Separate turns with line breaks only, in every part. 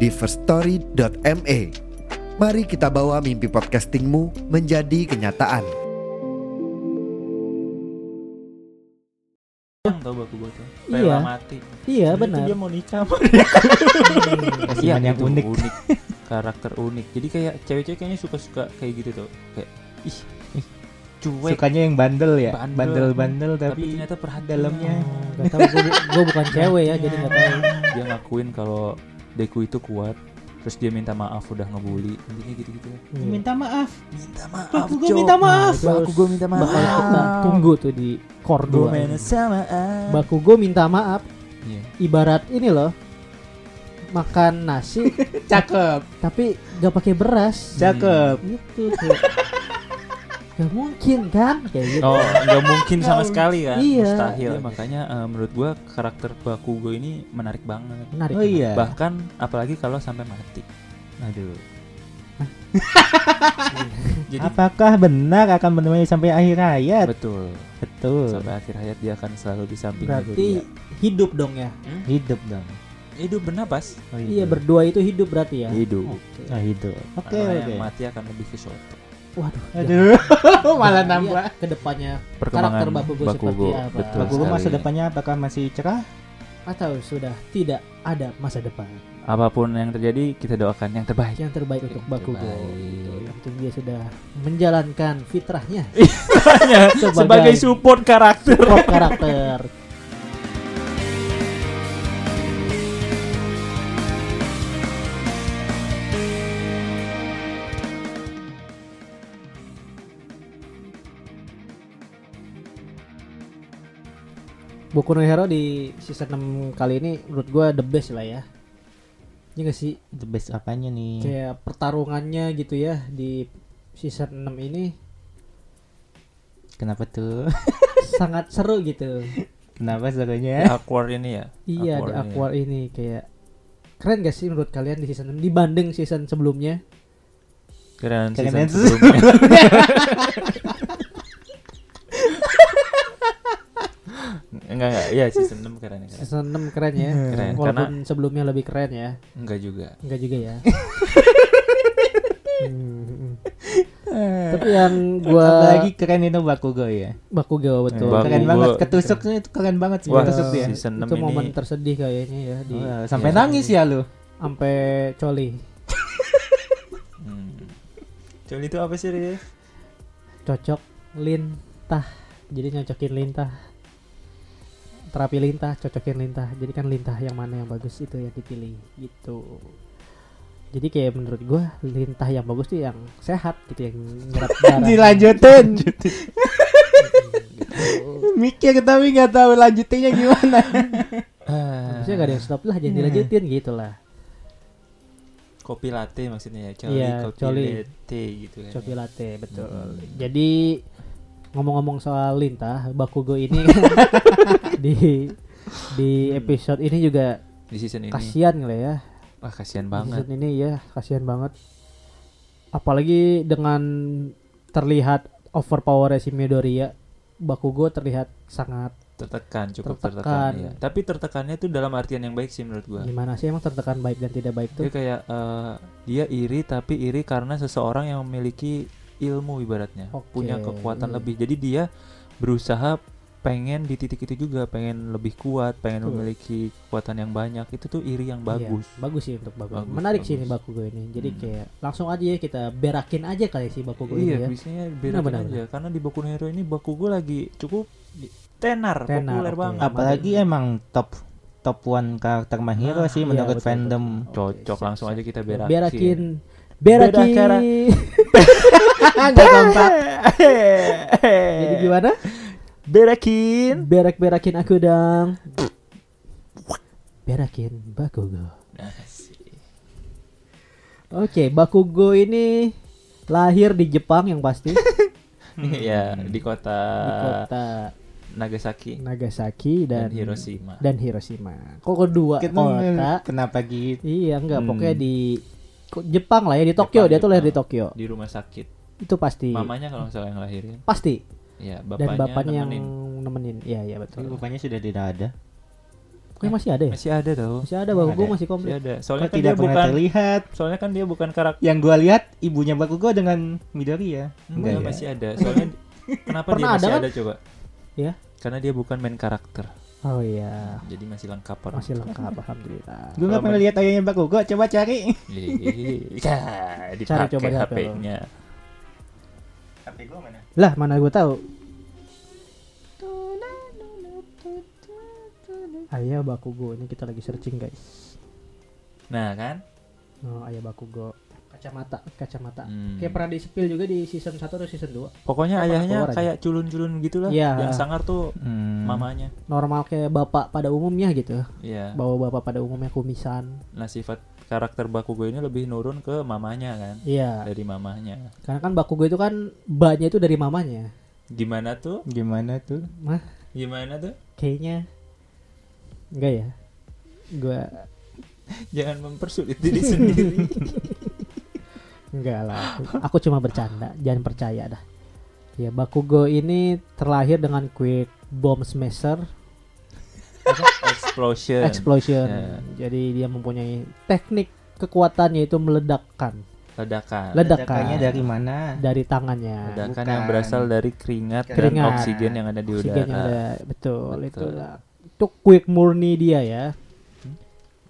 di firststory.me. Mari kita bawa mimpi podcastingmu menjadi kenyataan.
Yang tau baku gue tuh
Iya.
Rela mati
Iya
Itu
benar.
dia mau nikah sama
Iya
yang
itu
unik.
Karakter unik Jadi kayak cewek-cewek kayaknya suka-suka kayak gitu tuh Kayak ih ih, cuek
Sukanya yang bandel ya
Bandel.
Bandel-bandel
tapi,
tapi,
ternyata perhatian
Iya,
dalamnya
Gak tau gue, bukan cewek ya jadi gak tahu.
Oh, Dia ngakuin kalau Deku itu kuat Terus dia minta maaf udah ngebully Intinya gitu-gitu
Minta maaf
Minta maaf
Baku gue minta maaf Nah,
Baku gue minta maaf
Iya. Bakal kita tunggu tuh di core
Gue
dua
main sama ah.
Baku gue minta maaf
Iya.
ibarat ini loh makan nasi
Cakep
tapi gak pakai beras.
Cakep
Gitu kayak Gak mungkin kan kayak gitu.
Oh, nggak mungkin sama sekali kan?
Iya.
Mustahil.
Iya.
makanya eh, menurut gua karakter Baku gue ini menarik banget.
Menarik.
Oh iya
Bahkan apalagi kalau sampai mati. Aduh. Jadi
Apakah benar akan menemani sampai akhir
ya?
hayat?
betul.
Betul
Sampai akhir hayat dia akan selalu iya. di samping
Berarti hidup dong ya.
Hidup dong
hidup bernapas.
Oh,
Iya berdua itu hidup berarti ya.
Hidup.
Oke.
Oh hidup Oke
Karena
oke
Nah, yang mati akan lebih ke soto.
Waduh.
Aduh Malah
Iya,
nambah
kedepannya
Perkembangan
Karakter Bakugo seperti
Bakugo,
apa?
Betul
Bagus
sekali.
masa depannya apakah masih cerah?
atau sudah tidak ada masa depan.
Apapun yang terjadi kita doakan yang terbaik.
yang terbaik untuk
Yang
Bakugo
terbaik.
gitu. Untuk dia sudah menjalankan fitrahnya
Sebagai, support karakter.
support karakter. Boku no Hero di season 6 kali ini menurut gua the best lah ya. Ini gak sih
The best apanya nih?
kayak pertarungannya gitu ya di season 6 ini
Kenapa tuh?
sangat seru gitu.
Kenapa serunya?
Aquar ini ya.
Iya di
Aquar ini.
Aquar ini kayak keren gak sih menurut kalian di season 6 dibanding season sebelumnya?
Keren
Keren
season
banget.
sebelumnya. enggak enggak, iya season 6 keren keren.
Season 6 keren ya.
Keren,
Walaupun sebelumnya lebih keren ya.
Enggak juga.
Enggak juga ya. Hmm. Tapi yang gua
Apalagi keren itu Bakugo ya.
Bakugo betul. ya.
Bakugo.
keren
Bakugo.
banget. Ketusuknya itu keren banget sih.
Wah,
ketusuk dia.
season 6
Itu
ini Oh,
momen tersedih kayaknya ya di
Wah, sampai nangis ya lu.
sampai coli.
Hmm. Coli itu apa sih, Rif?
cocok lintah jadi nyocokin lintah terapi lintah cocokin lintah jadi kan lintah yang mana yang bagus itu yang dipilih gitu jadi kayak menurut gua lintah yang bagus tuh yang sehat gitu yang nyerap darah
Dilanjutin. Mikir tapi nggak tahu lanjutinnya gimana.
Eh, Maksudnya gak ada yang stop lah
Iya.
jadi dilanjutin gitu lah
Kopi latte maksudnya ya. Coli,
Iya,
kopi
coli.
latte gitu kan.
Coki latte betul
Hmm.
jadi ngomong-ngomong soal lintah bakugo ini di di episode ini juga
Di season Hmm. ini.
kasihan lah ya
Wah, kasihan
Season
banget.
ini ya kasihan banget. Apalagi dengan terlihat overpower si Midoriya, Bakugo terlihat sangat
Tertekan, cukup tertekan.
Tertekan.
iya. Tapi tertekannya itu dalam artian yang baik sih menurut gua.
gimana sih emang tertekan baik dan tidak baik
Dia
tuh?
kayak eh, dia iri tapi iri karena seseorang yang memiliki ilmu ibaratnya,
Oke,
punya kekuatan
iya.
lebih. Jadi dia berusaha pengen di titik itu juga, pengen lebih kuat, pengen
Betul.
memiliki kekuatan yang banyak. Itu tuh iri yang bagus.
Iya, bagus sih untuk Bakugo.
Bagus,
Menarik sih ini
bagus.
Bakugo ini. Jadi
Hmm.
kayak langsung aja ya kita berakin aja kali si Bakugo
iya,
ini ya.
biasanya beda
Benar,
aja. Karena di Boku no Hero ini Bakugo lagi cukup di- tenar,
Tenar,
populer
oke.
banget.
Apalagi emang top top one karakter mahiro
Ah,
sih
iya,
menurut
betul,
fandom.
betul.
Cocok
Oke,
langsung
siap,
aja kita
siap.
berakin.
Berakin.
Beda cara.
Berakin. Nggak kompak. Jadi gimana?
Berakin.
Berak-berakin aku dong. Berakin Bakugo. Oke, Bakugo ini lahir di Jepang yang pasti di
ya di kota,
Hmm. kota
Nagasaki
Nagasaki
dan,
dan
Hiroshima.
dan Hiroshima. Kok kedua kota?
Oh, Kenapa gitu?
Iya, enggak
Hmm.
pokoknya di ko- Jepang lah ya di Tokyo
Jepang,
dia tuh lahir di
Jepang.
Tokyo.
Di rumah sakit.
Itu pasti.
Mamanya kalau nggak salah yang lahirin.
Pasti.
Ya,
Iya. Dan
bapaknya,
bapaknya yang
nemenin.
nemenin. Iya, iya
Tapi
betul.
bapaknya sudah tidak ada.
Kok masih ada ya?
masih ada tau.
Masih ada Bakugo
Ada.
masih
Masih
komplit.
ada.
Kok
Soalnya kan
tidak
dia
pernah
bukan
terlihat.
soalnya kan dia bukan karakter
Yang gua lihat ibunya Bakugo dengan Midori ya.
Enggak,
ya.
masih ada. Soalnya kenapa
Pernah
dia masih
ada
ada,
kan?
coba?
Ya.
Karena dia bukan main karakter.
Oh iya.
Jadi masih lengkap orang.
Masih lengkap alhamdulillah.
Gua nggak
Kalau
pernah
main-
lihat ayahnya Bakugo. Coba cari.
Ih, ya,
Cari
dipakai
coba di HP lo.
HP-nya.
HP gua mana?
Lah, mana gue tahu. Ayah Bakugo ini kita lagi searching guys.
Nah, kan?
Oh, Ayah Bakugo. Kacamata, kacamata.
Hmm.
Kayak pernah di spill juga di season 1 atau season 2.
Pokoknya
Apa?
ayahnya
Keluar aja.
kayak culun-culun gitulah.
Iya. Hmm.
Yang sangar tuh mamanya.
Normal kayak bapak pada umumnya gitu.
Iya.
Bawa bapak pada umumnya kumisan.
Nah, sifat karakter Bakugo ini lebih nurun ke mamanya kan.
Iya.
Dari mamahnya.
Karena kan Bakugo itu kan banyak itu dari mamanya.
Gimana tuh?
Gimana tuh?
Mah,
Gimana tuh?
kayaknya enggak ya. Gua
Jangan mempersulit diri sendiri.
Enggak lah. Aku cuma bercanda, jangan percaya dah. Ya Bakugo ini terlahir dengan quick bomb smasher
Explosion.
explosion.
Ya.
Jadi dia mempunyai teknik kekuatannya itu meledakkan
Ledakan.
Led- Ledakan.
Ledakannya dari mana?
dari tangannya.
Ledakan
Bukan.
yang berasal dari keringat, dan
Keringat.
oksigen yang ada di
Oksigen yang
udara.
ada betul,
Betul.
itu lah. Itu quick murni dia ya.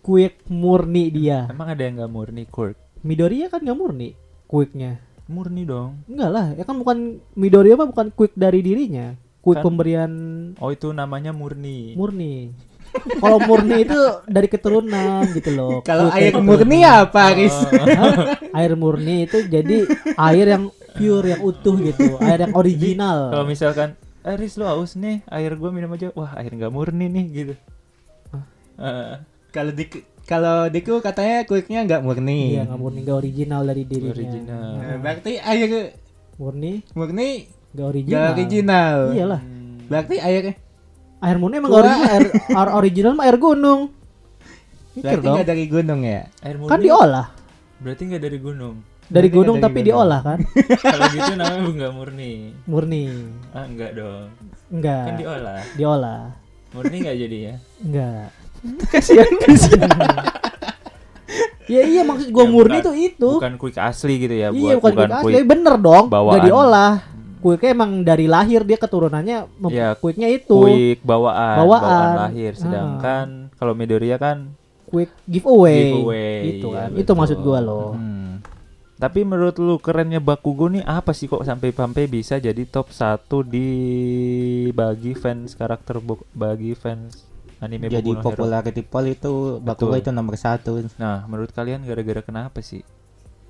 Quick murni dia.
Emang ada yang nggak murni Kurt?
Midoriya kan nggak murni quicknya.
Murni dong.
Enggak lah, ya kan bukan Midoriya mah bukan quick dari dirinya. Quick
Kan-
pemberian
Oh itu namanya murni.
murni. Kalau murni itu dari keturunan gitu loh.
Kalau
Quick
air
dari
murni apa, Aris?
keturunan. air murni itu jadi air yang pure yang utuh gitu, air yang original.
Kalau misalkan Aris lu haus nih, air gua minum aja. Wah air nggak murni nih gitu. Eh,
Kalau di kalau Diku katanya kuiknya nggak murni.
Iya, nggak murni, nggak original dari dirinya.
original.
Iya.
Nah, Berarti air
Murni,
murni
nggak
nggak
original.
original. Hmm.
Iyalah,
Berarti air
air murni emang nggak
Tua.
original. Air, air original mah air gunung. Mikir
berarti
dong,
nggak dari gunung ya?
Air murni.
kan diolah
Berarti nggak dari gunung.
dari
Berarti
gunung
nggak dari
tapi
gunung.
diolah kan,
Kalau gitu namanya nggak murni.
murni,
Ah enggak dong. Kan
enggak,
diolah.
diolah,
Murni nggak jadi ya.
enggak.
Kasihan kasihan.
Ya iya maksud gua
Ya,
murni
bukan-
itu itu.
Bukan quick asli gitu ya.
iya
buat-
bukan, kuik asli,
quick.
bener dong.
bawaan. Hmm.
Udah diolah. Kuiknya emang dari lahir dia keturunannya mem-
Ya,
kuiknya itu. Kuik,
Quick bawaan,
Bawaan.
bawaan, lahir. Sedangkan kalau Midoriya kan
giveaway.
Giveaway,
Gitu
iya,
kan. itu
betul.
maksud gua loh.
Hmm.
Tapi menurut lu kerennya Bakugo nih apa sih kok sampai sampai bisa jadi top 1 di bagi fans karakter bo- bagi fans anime
Jadi
Boku no Hero?
popularity poll itu Bakugo
Betul.
itu nomor satu.
Nah, menurut kalian gara-gara kenapa sih?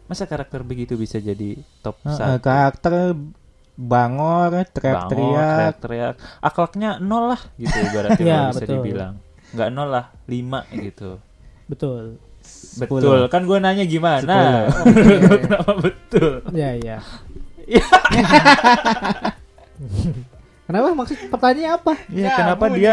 Masa karakter begitu bisa jadi top
Eh,
1?
karakter bangor,
Bangor,
teriak-teriak,
teriak-teriak. Akhlaknya nol lah gitu ibaratnya
Ya,
bisa
betul.
dibilang. Nggak nol lah, 5 gitu.
Betul.
Betul, kan gue nanya gimana? Kenapa betul?
Ya iya. Kenapa maksud pertanyaannya apa?
Iya, kenapa dia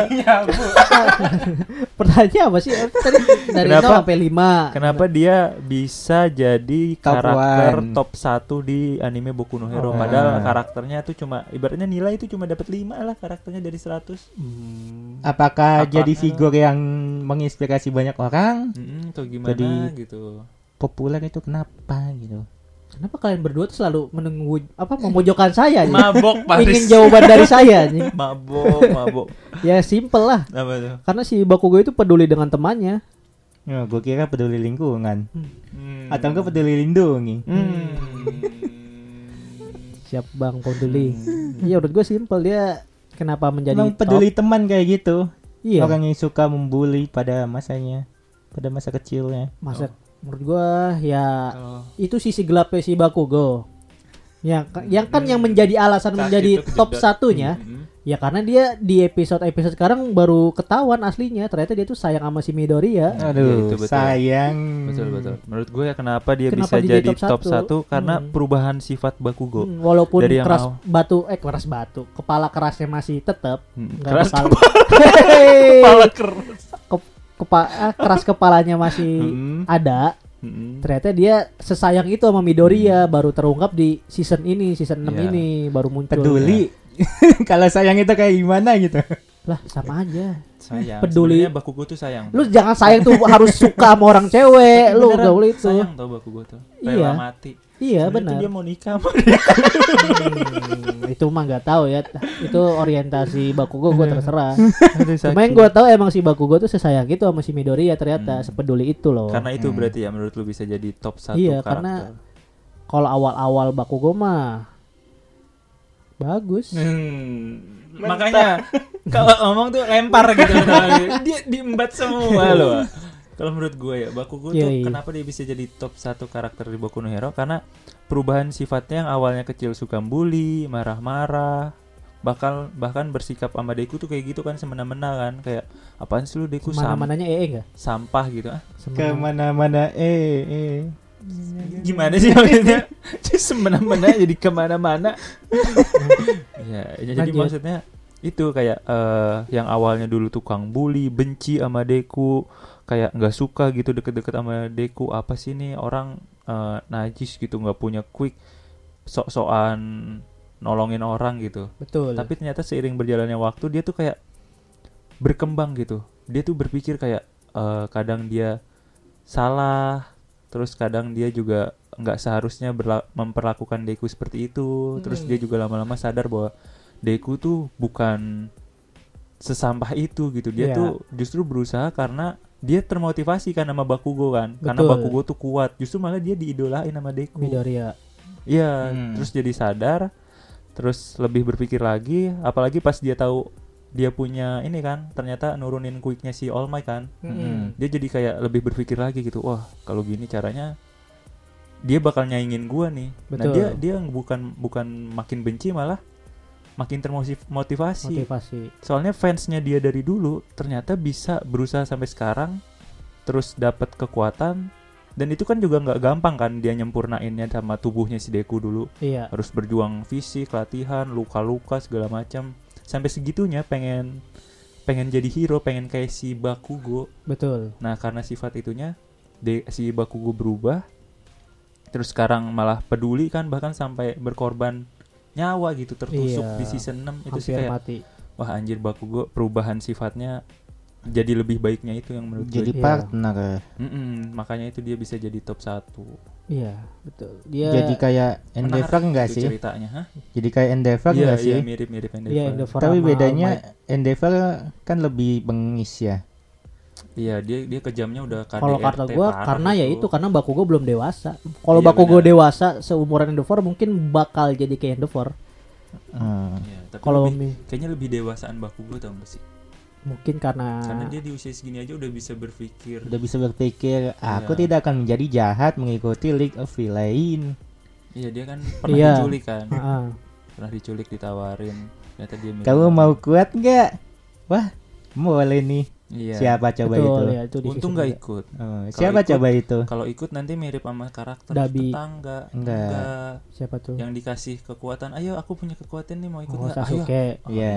Pertanyaannya apa sih? Tadi dari
Kenapa-
0 sampai 5.
Kenapa dia bisa jadi
Top
karakter
one.
top 1 di anime Boku no Hero
Oh.
padahal
Ah.
karakternya tuh cuma ibaratnya nilai itu cuma dapat 5 lah karakternya dari 100.
Hmm. Apakah
Apakah-
jadi figur yang menginspirasi banyak orang?
Mm-mm, atau gimana
Jadi-
gitu.
Populer itu kenapa gitu?
Kenapa kalian berdua tuh selalu menunggu apa memojokkan saya? gitu? nih?
Mabok
Ingin
Paris.
jawaban dari saya nih.
mabok, mabok.
Ya simple lah.
Apa tuh?
Karena si Bakugo itu peduli dengan temannya.
Ya, gue kira peduli lingkungan.
Hmm.
Atau enggak peduli lindungi.
Hmm.
Siap Bang peduli. Iya menurut gue simple dia kenapa menjadi
Hmm. Emang
top?
peduli teman kayak gitu.
Iya.
Orang yang suka membuli pada masanya, pada masa kecilnya.
Masa menurut gue ya
Kalau-
itu sisi gelapnya si Bakugo. Ya, ka- yang kan yang menjadi alasan
Nah, itu
menjadi
Hmm.
top
kedot.
satunya
Mm-mm.
Ya karena dia di episode-episode sekarang baru ketahuan aslinya ternyata dia tuh sayang sama si Midoriya.
Nah,
Aduh,
iya, itu betul.
sayang.
Betul
Hmm.
betul. Menurut gue ya kenapa dia
Kenapa
bisa
dia
jadi
jadi top
top
satu?
1 karena
Hmm.
perubahan sifat Bakugo.
Hmm, walaupun
Dari yang
keras
awal.
batu eh keras batu, kepala kerasnya masih tetap
Hmm,
nggak
Keras
bakal-
kepala,
Hei,
keras.
ke- kepa- ah, keras kepalanya masih
Hmm,
ada.
hmm.
Ternyata dia sesayang itu sama Midoriya baru terungkap di season ini, season 6
Iya.
ini baru muncul.
Peduli.
ya.
Kalau sayang itu kayak gimana gitu.
Lah sama aja.
Sayang.
Peduli.
Sebenarnya Bakugo tuh sayang.
Lu jangan sayang tuh harus suka sama orang
Tapi
cewek, Eh, lu
beneran
gak boleh itu. ya.
Sayang tau Bakugo tuh.
Iya.
Rela mati. Sebenarnya
Iya
tuh
benar.
Dia mau nikah sama dia.
Hmm, itu mah nggak tahu ya. Itu orientasi Bakugo gue terserah.
Aduh, sakit.
Cuma yang gue tahu emang si Bakugo tuh sesayang itu sama si Midoriya ternyata
Hmm.
sepeduli itu loh.
Karena itu berarti ya menurut lu bisa jadi top 1
hmm. Iya,
karakter.
karena kalau awal-awal Bakugo mah bagus.
Nah, Hmm. Makanya kalau ngomong tuh lempar gitu. dia diembat
Iya.
semua loh. Kalau menurut gue ya, Bakugo tuh
Yoi.
kenapa dia bisa jadi top 1 karakter di Boku no Hero? Karena perubahan sifatnya yang awalnya kecil suka bully, marah-marah, bakal bahkan bersikap sama Deku tuh kayak gitu kan semena-mena kan kayak apaan sih lu Deku sam-
Mana-mananya E ee enggak?
sampah gitu ah
Semena-
Kemana-mana, eh, eh.
gimana sih maksudnya Jadi semena-mena jadi kemana-mana ya ya jadi
Lanjut.
maksudnya itu kayak eh, yang awalnya dulu tukang bully benci sama Deku kayak nggak suka gitu deket-deket sama Deku apa sih nih orang eh, najis gitu nggak punya quick sok-sokan nolongin orang gitu
Betul.
tapi ternyata seiring berjalannya waktu dia tuh kayak berkembang gitu dia tuh berpikir kayak eh, kadang dia salah terus kadang dia juga nggak seharusnya berla- memperlakukan Deku seperti itu terus
Mm.
dia juga lama-lama sadar bahwa Deku tuh bukan sesampah itu gitu dia
Iya.
tuh justru berusaha karena dia termotivasi kan sama Bakugo kan karena
Betul.
Bakugo tuh kuat justru malah dia diidolain sama Deku
Midoriya.
Iya,
Hmm.
terus jadi sadar, terus lebih berpikir lagi, apalagi pas dia tahu dia punya ini kan, ternyata nurunin quicknya si All Might kan,
Mm-mm.
dia jadi kayak lebih berpikir lagi gitu, wah kalau gini caranya dia bakal nyaingin gua nih. Nah
Betul.
dia dia bukan bukan makin benci malah makin termotivasi.
Motivasi.
Soalnya fansnya dia dari dulu ternyata bisa berusaha sampai sekarang, terus dapat kekuatan. Dan itu kan juga nggak gampang kan dia nyempurnainnya sama tubuhnya si Deku dulu
Iya.
harus berjuang fisik, latihan, luka-luka segala macam. Sampai segitunya pengen pengen jadi hero, pengen kayak si Bakugo.
Betul.
Nah, karena sifat itunya de- si Bakugo berubah. Terus sekarang malah peduli kan bahkan sampai berkorban nyawa gitu tertusuk
Iya.
di season 6 itu sih kayak
Hampir mati.
wah anjir Bakugo perubahan sifatnya jadi lebih baiknya itu yang menurut
Jadi
gue.
Iya.
partner.
Mm-mm, makanya itu dia bisa jadi top 1.
Iya, betul. Dia
Jadi kayak Endeavor enggak sih?
ceritanya, hah?
Jadi kayak Endeavor
Iya,
enggak sih?
iya, mirip-mirip
dia
Endeavor.
Endeavor
Tapi
sama
bedanya
All Might.
Endeavor kan lebih bengis ya.
Iya dia dia kejamnya udah KDRT
kalau kata gua
parah
karena ya itu karena Bakugo belum dewasa.
Iya,
Kalau Bakugo
benar.
dewasa seumuran Endeavor mungkin bakal jadi kayak Endeavor.
Hmm.
Iya, tapi
Kalau
lebih-
mi-
kayaknya lebih dewasaan Bakugo tau gak sih?
mungkin karena,
Karena dia di usia segini aja udah bisa berpikir.
Udah bisa berpikir, aku
Iya.
tidak akan menjadi jahat mengikuti League of Villain.
Iya dia kan pernah
Iya.
diculik kan,
Heeh.
pernah diculik ditawarin. Ternyata dia milih-
Kamu mau kuat nggak? Wah, boleh nih.
Iya.
Siapa coba
betul
itu?
ya itu di
Untung
season
nggak
dua.
ikut.
Oh,
Kalau
siapa
ikut-
coba itu?
Kalau ikut nanti mirip sama karakter
Dabi.
tetangga.
Enggak.
Siapa tuh?
Yang dikasih kekuatan, ayo aku punya kekuatan nih mau ikut
Oh,
nggak? Ayo.
Sasuke.
Oh,
Iya.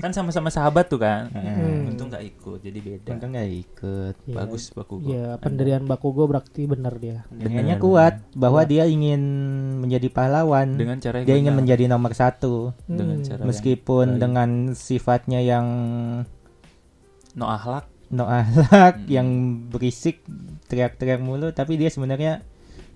Kan sama-sama sahabat tuh kan.
Hmm.
Untung nggak ikut, jadi beda.
Untung nggak ikut.
Iya.
Bagus Bakugo.
Ya, pendirian Bakugo berarti benar dia.
Dengannya
Benar,
kuat bahwa dia ingin menjadi pahlawan.
benar. Dengan cara yang
Hmm. dia ingin
benar.
menjadi nomor satu
dengan
Hmm.
cara yang
meskipun
baik.
dengan sifatnya yang
no ahlak
no ahlak,
Hmm.
yang berisik, teriak-teriak mulu, tapi dia sebenarnya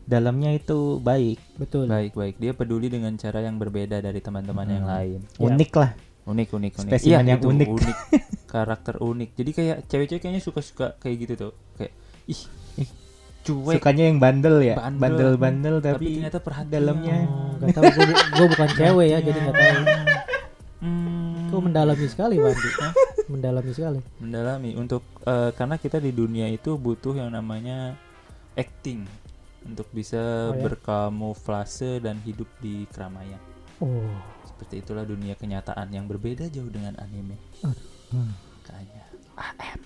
dalamnya itu baik,
Betul.
baik baik dia peduli dengan cara yang berbeda dari teman-teman yang lain
Ya.
unik lah.
unik unik unik
Hmm.
Iya,
Spesimen yang
itu,
unik.
karakter unik jadi kayak cewek-cewek kayaknya suka-suka kayak gitu tuh kayak ih
Ih,
cuek
Sukanya yang bandel ya,
Bandel.
bandel-bandel
tapi,
tapi,
ternyata perhatian
dalamnya
Gak tau, gue, bukan cewek ya, jadi gak tahu.
Hmm,
Kok mendalami sekali, Wandi? Hah? mendalami sekali.
mendalami untuk eh, karena kita di dunia itu butuh yang namanya acting untuk bisa
Oh, ya?
berkamuflase dan hidup di keramaian
Oh,
Seperti itulah dunia kenyataan yang berbeda jauh dengan anime.
Hmm.
Makanya.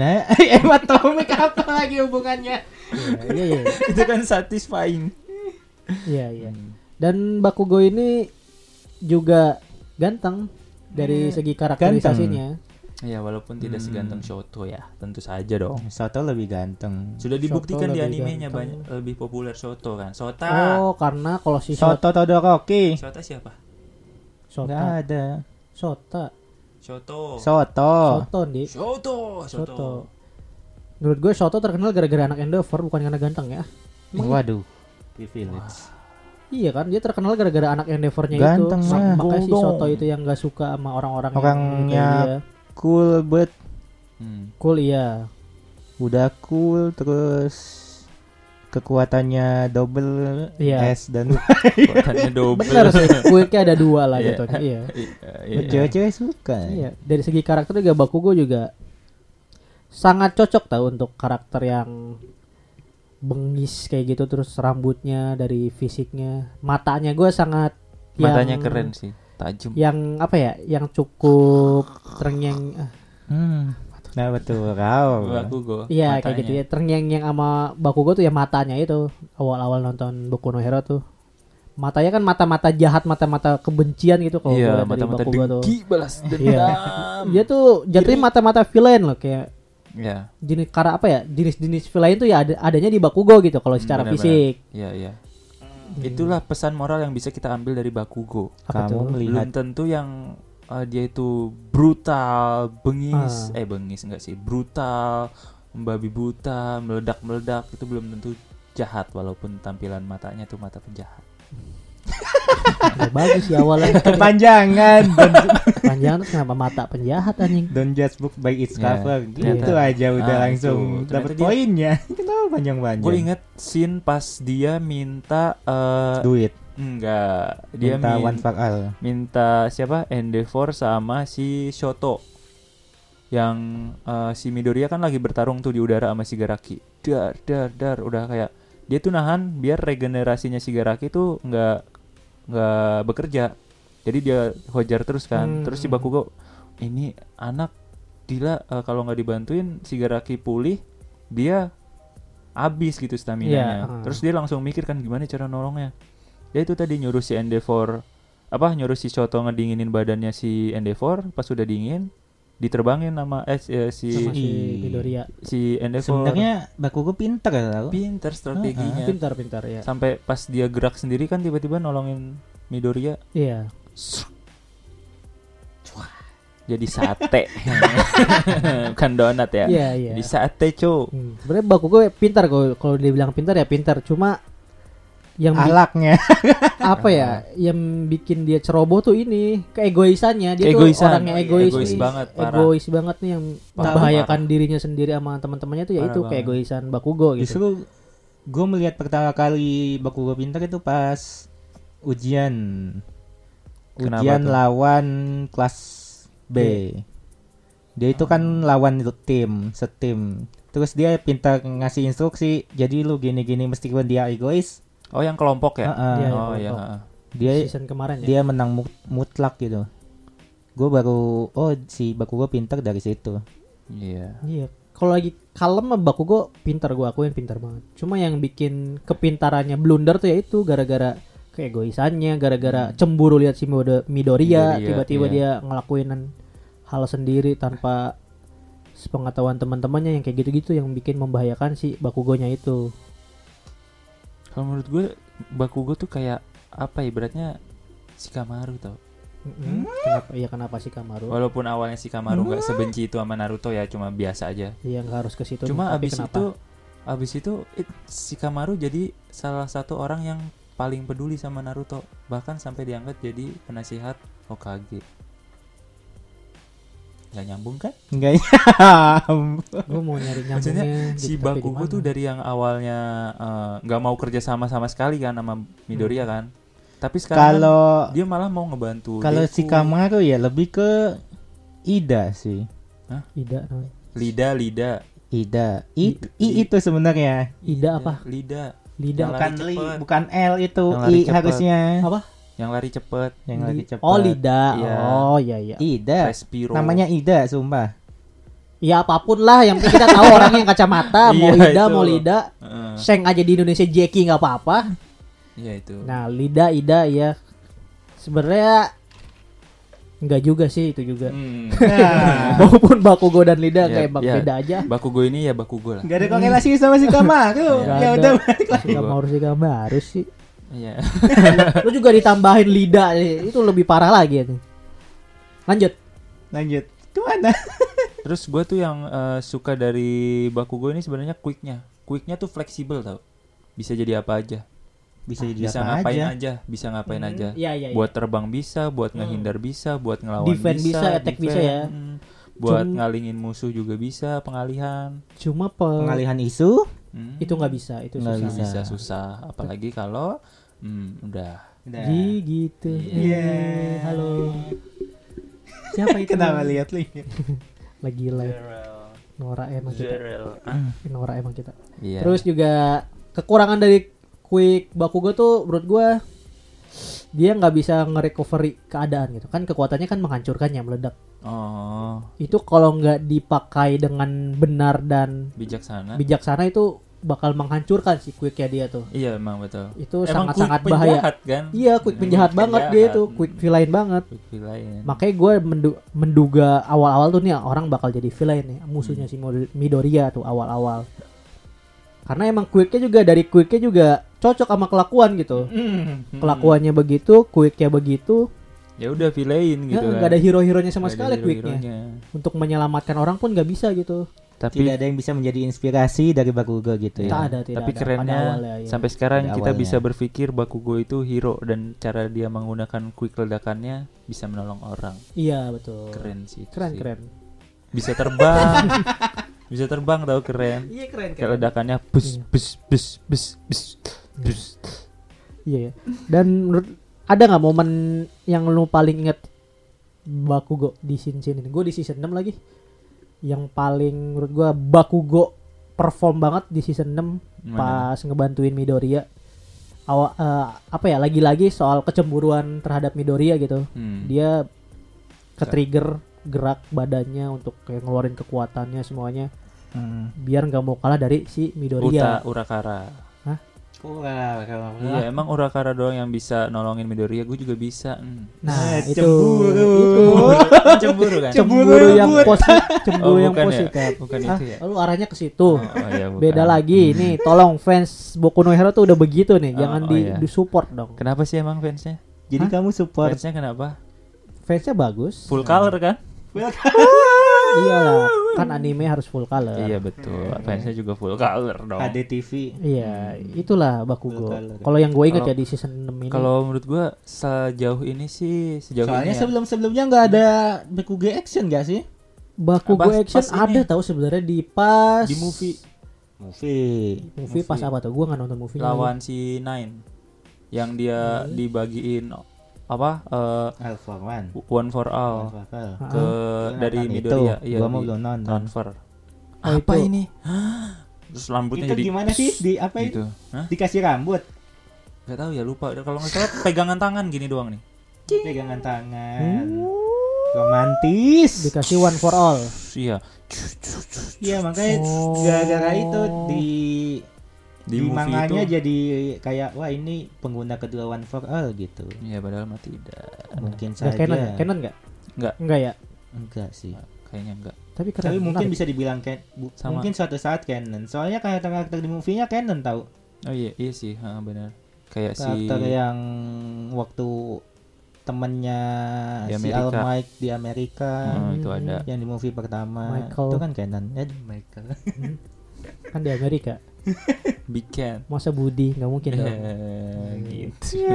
Nah,
hematoma apa lagi hubungannya? Iya, iya, iya.
itu kan satisfying.
iya, iya. Dan Bakugo ini juga ganteng dari
Iya.
segi karakterisasinya.
Ya walaupun tidak
Hmm.
seganteng Shoto ya, tentu saja dong.
Oh, Soto lebih ganteng.
Sudah dibuktikan di
lebih
animenya
ganteng.
banyak lebih populer Shoto kan. Sota.
Oh, karena kalau si Shot-
Soto Todoroki.
Sota siapa?
Enggak
Shota,
ada.
Shota,
Shoto.
Soto.
Shoto di.
Shoto. Shoto.
Shoto. Menurut gue Shoto terkenal gara-gara anak Endeavor bukan karena ganteng ya.
Waduh. Privilege.
Iya kan, dia terkenal gara-gara anak Endeavornya itu.
Ganteng lah.
Makanya si
Bodong.
Shoto itu yang gak suka sama orang-orang yang
Orangnya
kayak dia.
Cool but
Hmm.
cool iya.
udah cool terus kekuatannya double
Iya.
S dan
Kekuatannya double.
Benar sih, quicknya ada dua lah
Iya.
gitu. Iya.
Iya, iya.
cewek-cewek suka.
Iya, dari segi karakter juga Bakugo juga sangat cocok tau untuk karakter yang bengis kayak gitu terus rambutnya dari fisiknya matanya gue sangat yang-
Matanya keren sih, tajam.
yang apa ya yang cukup terngiang ah,
Hmm. Nah betul kau.
Bakugo.
iya
matanya.
kayak gitu ya terngiang yang sama Bakugo tuh ya matanya itu awal-awal nonton Boku no Hero tuh matanya kan mata-mata jahat mata-mata kebencian gitu kalau
Iya,
gue lihat dari
mata-mata
Bakugo tuh
dengki balas
Iya.
dendam.
dia tuh jatuhnya mata-mata villain loh kayak
Iya.
jenis kara apa ya jenis-jenis villain tuh ya ada, adanya di Bakugo gitu kalau secara
Hmm, benar-benar.
fisik
Iya, iya. Itulah pesan moral yang bisa kita ambil dari Bakugo.
Apa
Kamu
tuh?
Belum
melihat
tentu yang uh, dia itu brutal,
Ah.
bengis, eh bengis enggak sih, brutal, membabi buta, meledak-meledak itu belum tentu jahat walaupun tampilan matanya tuh mata penjahat.
Ya, bagus ya awalnya
kepanjangan don't,
panjang terus kenapa mata penjahat anjing
don't judge book by its
Ya,
cover gitu
ternyata.
aja udah
Ah,
langsung
itu.
dapat
Ternyata dia-
poinnya kenapa panjang-panjang
Gue inget scene pas dia minta eh,
duit
enggak, dia
minta
min-
one fuck all
minta siapa Endeavor sama si Shoto yang eh, si Midoriya kan lagi bertarung tuh di udara sama si Garaki dar dar dar udah kayak dia tuh nahan biar regenerasinya si Garaki tuh nggak nggak bekerja jadi dia hojar terus kan
Hmm.
terus si Bakugo ini anak gila eh, kalau nggak dibantuin si Garaki pulih dia abis gitu stamina nya
Iya, heeh.
terus dia langsung mikir kan gimana cara nolongnya dia Ya, itu tadi nyuruh si Endeavor apa nyuruh si Shoto ngedinginin badannya si Endeavor pas sudah dingin diterbangin sama eh, si- eh, si
sama si
Ih.
Midoriya
si Endeavor
sebenarnya Bakugo pinter tau
pinter strateginya
pintar-pintar ya
sampai pas dia gerak sendiri kan tiba-tiba nolongin Midoriya
iya
jadi sate bukan donat ya
iya iya
jadi sate cu
Hmm, sebenarnya Bakugo pintar kalau kalau dibilang pintar ya pintar cuma yang bi-
alaknya
apa ya yang bikin dia ceroboh tuh ini keegoisannya dia
Keegoisan. Iya,
tuh orangnya egois
Egois banget, parah.
egois banget nih yang
Parah,
membahayakan dirinya sendiri sama teman-temannya tuh ya
Parah
itu
banget.
keegoisan Bakugo gitu
justru gue melihat pertama kali Bakugo pinter itu pas ujian
Kenapa
ujian
tuh? Iya.
lawan kelas B dia itu kan lawan itu tim setim terus dia pintar ngasih instruksi jadi lu gini gini meskipun dia egois
oh yang kelompok ya
heeh,
Iya, yang
oh ya
kelompok.
heeh.
dia
Iya.
season kemarin ya
dia menang mu- mutlak gitu gue baru oh si Bakugo pintar dari situ
iya
iya kalau lagi kalem mah Bakugo pintar gua akuin pintar banget cuma yang bikin kepintarannya blunder tuh ya itu gara-gara keegoisannya gara-gara cemburu lihat si Mido- Midoriya
Midoriya,
tiba-tiba
Hmm. iya.
dia ngelakuin hal sendiri tanpa sepengetahuan teman-temannya yang kayak gitu-gitu yang bikin membahayakan si Bakugonya itu
kalau menurut gue Bakugo tuh kayak apa ya, ibaratnya Shikamaru tau
Mm-mm. Kenapa? Iya kenapa sih Kamaru?
walaupun awalnya Shikamaru nggak sebenci itu sama Naruto ya cuma biasa aja
Iya nggak harus ke situ.
Cuma
nih, tapi
abis
kenapa?
itu abis itu it- si Kamaru jadi salah satu orang yang paling peduli sama Naruto bahkan sampai diangkat jadi penasihat Hokage. Gak nyambung kan?
enggak nyam
gue mau nyari
Maksudnya
nyambungnya.
si
gitu, tapi
Bakugo
di
tuh
mana?
dari yang awalnya eh, nggak mau kerja sama sama sekali kan sama Midoriya
Hmm.
kan. Tapi sekarang kan
kalau
dia malah mau ngebantu.
Kalau
Deku.
si Kamaru ya lebih ke Ida sih.
Ida, namanya.
Lida Lida
Ida.
I-
I, I itu sebenarnya.
Ida apa?
Lida
Lida
Yang
Bukan
lari
li,
cepet.
bukan L itu
Yang
I
lari cepet.
harusnya.
apa?
yang lari cepet
yang lagi cepat.
Oh Lida.
Iya.
Oh iya iya.
Ida.
Respiro
Namanya Ida, sumpah.
Ya apapun lah yang penting kita tahu orangnya yang kacamata,
Iya,
mau Lida,
itu.
mau Lida.
Heeh,
Seng aja di Indonesia Jeki nggak apa-apa.
iya itu
Nah Lida, Ida ya sebenarnya nggak juga sih itu juga.
Hmm.
Maupun Bakugo dan Lida
Iya,
kayak bak
iya.
Lida aja.
Bakugo ini ya Bakugo lah
Gak ada korelasi sama si Kamaru.
Nggak
ya
ada.
udah balik lagi.
Gak mau harus gak harus sih.
iya
Lu juga ditambahin Lida itu lebih parah lagi ya. tuh. Lanjut.
Lanjut. Kemana?
Terus gue tuh yang eh, suka dari Bakugo ini sebenarnya quicknya. Quicknya tuh fleksibel tau. Bisa jadi apa aja.
Bisa jadi
Bisa
apa
ngapain
aja.
aja. Bisa ngapain aja.
Iya iya. iya.
Buat terbang bisa, buat ngehindar bisa, buat ngelawan
Defense
bisa,
bisa, attack bisa ya.
mm. Buat
Cum-
ngalingin musuh juga bisa, pengalihan.
Cuma pe-
Pengalihan isu.
Mm.
itu nggak bisa itu
Nggak
susah.
Nggak
bisa.
bisa. susah, apalagi kalau mm, udah.
Udah.
Ji gitu.
Nah. Iya.
Eh, Halo. Siapa itu?
Kenapa lihat lihat?
Lagi live. Nora emang kita. Nora emang kita.
Iya.
Terus juga kekurangan dari Quick Bakugo tuh menurut gua dia nggak bisa nge-recovery keadaan gitu kan kekuatannya kan menghancurkannya meledak
Oh,
itu kalau nggak dipakai dengan benar dan
bijaksana.
bijaksana itu bakal menghancurkan si quick ya dia tuh
iya emang betul.
itu
Emang
sangat-sangat
quick
bahaya
penjahat, kan?
iya quick
Emang
penjahat banget dia
penjahat. hmm.
itu quick villain banget
Quick villain.
makanya gue menduga awal-awal tuh nih orang bakal jadi villain nih musuhnya
Hmm.
si Mod- Midoriya tuh awal-awal karena emang quicknya juga dari quicknya juga cocok sama kelakuan gitu kelakuannya begitu quicknya begitu
Hmm. ya udah villain
nggak
gitu kan.
nggak ada hero-heronya sama
Nggak ada
sekali quicknya
hero-heronya. Iya.
untuk menyelamatkan orang pun nggak bisa gitu
tapi
Tidak ada yang bisa menjadi inspirasi dari Bakugo gitu
tak
ya.
ada tidak
tapi
ada. Pada
kerennya
awalnya, iya.
sampai sekarang
Pada
kita
awalnya.
bisa berpikir Bakugo itu hero dan cara dia menggunakan quick ledakannya bisa menolong orang
iya betul
keren sih itu
keren
sih.
keren
bisa terbang bisa terbang tau keren
iya keren
kayak ledakannya bus bus bus bus bus bus
Iya. ya. Dan menurut ada nggak momen yang lu paling inget Bakugo di season ini? Gue di season 6 lagi. Yang paling menurut gua Bakugo perform banget di season 6
Gimana?
pas ngebantuin Midoriya. Awa- eh, apa ya lagi-lagi soal kecemburuan terhadap Midoriya gitu.
Hmm.
Dia ke trigger gerak badannya untuk kayak ngeluarin kekuatannya semuanya
Hmm.
biar nggak mau kalah dari si
Uta
Midoriya.
Urakara
Kurang, kurang, kurang.
iya emang Urakara doang yang bisa nolongin Midoriya gue juga bisa hmm.
Nah,
Eh,
itu
cemburu.
itu
cemburu kan
cemburu
Cemburu
yang
rebut.
positif cemburu
Oh,
yang
bukan ya?
positif
Bukan
Ah,
itu ya?
lalu arahnya ke situ
Oh, iya, bukan.
beda lagi nih tolong fans Boku no Hero tuh udah begitu
Oh,
nih jangan
oh,
di,
iya.
di support dong
kenapa sih emang fansnya
Jadi kamu support.
fansnya kenapa
fansnya bagus
full color kan
iya lah kan anime harus full color
Iya betul, fansnya juga full color dong.
HD TV.
Iya, itulah Bakugo
Full color.
kalau yang gue ingat
Hmm. Kalau-
ya di season 6 ini
Kalau menurut gua sejauh ini sih sejauh
Soalnya
ini ya,
sebelum-sebelumnya nggak ada Bakugo action gak sih?
Bakugo
pas-
action
pas
ada
ini.
tahu sebenarnya di pas
di movie
Movie.
movie pas apa tuh gue nggak nonton movie
lawan si Nine yang dia dibagiin apa eh,
All for One.
one for all
All for All.
ke dari
nonton
Midoriya Iya,
itu. Gua mau
di
belum nonton.
transfer.
Oh,
apa
itu.
ini? Terus rambutnya
Itu
jadi
gimana sih? Di apa ya?
gitu. Hah?
Dikasih rambut,
Gak tahu ya lupa. Kalau nggak salah pegangan tangan gini doang nih.
pegangan tangan.
Oh.
Romantis.
dikasih one for all
Terus, Iya.
Iya, makanya
Oh.
gara-gara itu di
Di,
di,
movie
manganya
itu.
jadi kayak wah ini pengguna kedua One for All gitu.
Iya padahal mah tidak.
Mungkin
Udah
saja.
canon ya? Canon nggak
Nggak.
nggak ya
Enggak sih.
Kayaknya enggak.
tapi keren
Tapi mungkin
menarik.
bisa dibilang kan bu-
Sama.
mungkin suatu saat canon. Soalnya karakter-karakter di movie-nya canon tahu.
Oh iya, iya sih, ha, benar. Kayak si
karakter yang waktu temennya
Di
si
Amerika.
Al Mike di Amerika
Hmm, itu ada.
yang di movie pertama
Michael.
itu kan canon ya Michael
kan di Amerika
Big Cat.
masa Budi nggak mungkin dong
Eh, gitu.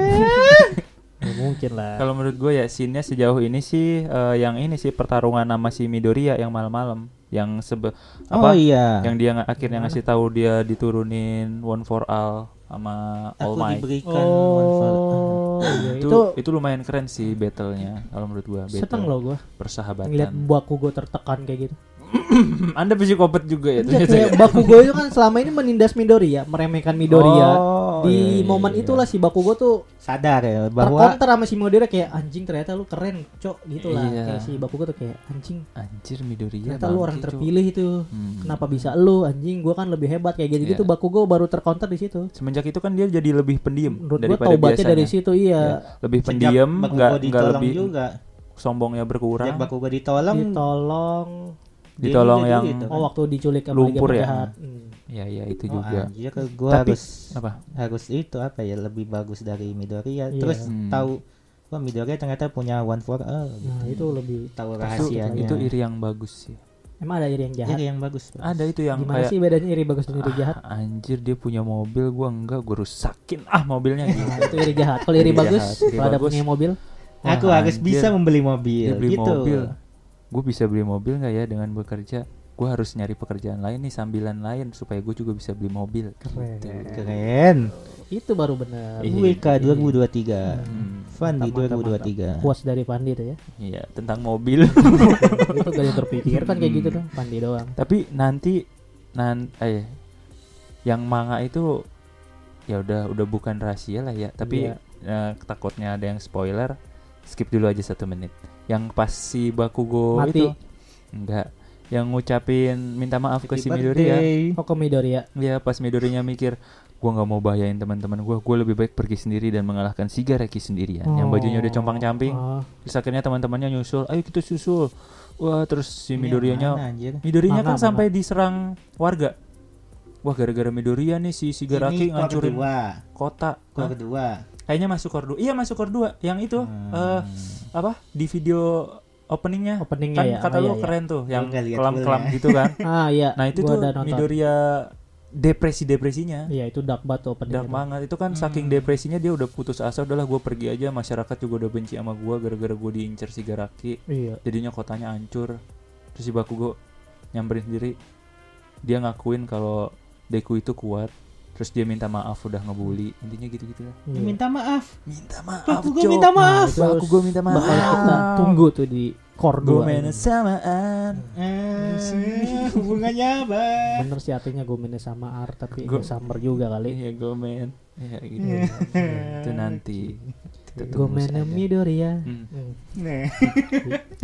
nggak mungkin lah
Kalau menurut gue ya scene-nya sejauh ini sih eh, yang ini sih pertarungan sama si Midoriya yang malam-malam yang sebe
oh
apa
iya
yang dia nga- akhirnya ngasih tahu dia diturunin one for all sama All
aku
Might.
diberikan one for all.
oh iya.
kan Itu,
itu,
itu lumayan keren sih battle-nya kalau menurut gua battle
seneng loh gue ngeliat
persahabatan.
Bakugo tertekan kayak gitu
Hmm, Anda psikopat juga ya
Iya,
ternyata.
kayak Bakugo itu kan selama ini menindas Midori ya, meremehkan Midori ya.
Oh,
Di
iya, iya,
momen
iya.
itulah si Bakugo tuh
sadar ya bahwa
terkonter sama si Midori kayak anjing ternyata lu keren, cok gitu lah.
Iya.
Kayak si Bakugo tuh kayak anjing
Anjir Midoriya.
ternyata lu
bangke,
orang
Cuk.
terpilih itu.
Hmm.
Kenapa bisa lu anjing? Gua kan lebih hebat kayak gitu-gitu
Iya.
Bakugo baru terkonter di situ.
Semenjak itu kan dia jadi lebih pendiam
Menurut gua
daripada
taubatnya
biasanya.
dari situ iya.
Ya, lebih
sejak
pendiam,
Bakugo
nggak nggak
ditolong
lebih
juga
sombongnya berkurang.
sejak baku gue
Iya.
ditolong oh,
Ditolong
dia
Ditolong
juga
yang-
gitu kan.
Oh waktu diculik sama
Lumpur ya?
penjahat. Hmm.
Ya ya itu
Oh,
juga.
anjir gue
Tapi-
harus
Apa?
harus itu apa ya lebih bagus dari Midoriya
Iya.
terus
Hmm.
tahu wah Midoriya ternyata punya one for all
Nah
gitu.
itu lebih
tahu
Itu,
rahasianya
itu iri yang bagus sih.
emang ada iri yang jahat.
Iri yang bagus Pak.
Ada itu yang
Gimana
kayak
sih bedanya iri bagus dan iri jahat?
"Ah, anjir dia punya mobil gua enggak gua rusakin ah mobilnya gitu.
Nah, itu iri jahat. Kalau
Iri
iri bagus,
jahat, iri
kalau ada
bagus.
punya mobil,
aku
Wah,
harus
anjir.
bisa membeli mobil
dia beli
gitu
mobil. Gue bisa beli mobil nggak ya dengan bekerja? Gue harus nyari pekerjaan lain nih sambilan lain supaya gue juga bisa beli mobil. Gitu.
Keren.
keren
itu baru benar.
Iya.
WK 2023
Hmm,
Fun di
Mantap, mantap,
2023
Puas dari Pandi itu ya.
Iya tentang mobil.
itu gak ada yang terpikir kan kayak
Hmm.
gitu dong, Pandi doang.
Tapi nanti nan eh yang manga itu ya udah udah bukan rahasia lah ya. Tapi
Iya.
eh, takutnya ada yang spoiler. Skip dulu aja satu menit. Yang pas si Bakugo
Mati.
itu enggak yang ngucapin minta maaf ke si
Happy
Midori ya.
birthday.
Kok ke Midori ya?
Ya pas Midorinya mikir Gue nggak mau bahayain teman-teman gue Gue lebih baik pergi sendiri dan mengalahkan Shigaraki sendirian
Oh.
Yang bajunya udah compang-camping
Oh,
Terus akhirnya teman-temannya nyusul Ayo kita susul Wah terus si
Ini yang Iya, mana,
Midoriya-nya
anjir?
Midoriya
Mana,
kan
mana?
sampai diserang warga Wah gara-gara Midoriya nih si
Ini
Shigaraki
kor
ngancurin
kedua
kota
kor
Hah?
kedua
Kayaknya masuk kor 2 Iya masuk kor 2 Yang itu
Hmm.
eh, Apa Di video openingnya
openingnya
Kan
ya.
kata
oh,
lu
iya, iya.
keren tuh Yang
nggak lihat ya.
kelam-kelam
fullnya.
gitu kan
Ah iya.
Nah itu
gua
tuh
ada nonton.
Midoriya Depresi-depresinya
Iya itu dark banget tuh
Dark
openingnya.
banget itu kan saking depresinya dia udah putus asa udahlah gue pergi aja masyarakat juga udah benci sama gue gara-gara gue diincar si Garaki
Iya.
jadinya kotanya hancur terus si Bakugo nyamperin sendiri dia ngakuin kalau Deku itu kuat terus dia minta maaf udah ngebully intinya gitu-gitu lah
iya.
minta maaf
minta maaf
Bakugo minta maaf
Nah, itu
Bakugo minta maaf
Bakal kita tunggu tuh di core
gue
2
main
ini.
samaan
Eh, Ah, hubungannya apa
Bener sih artinya gue minus sama Ar tapi
Gua-
gak summer juga kali.
iya gue main ya gitu itu nanti kita
Gue
tunggu
mainnya
saja.
Midori ya.
Hmm.
Hmm.
Nih.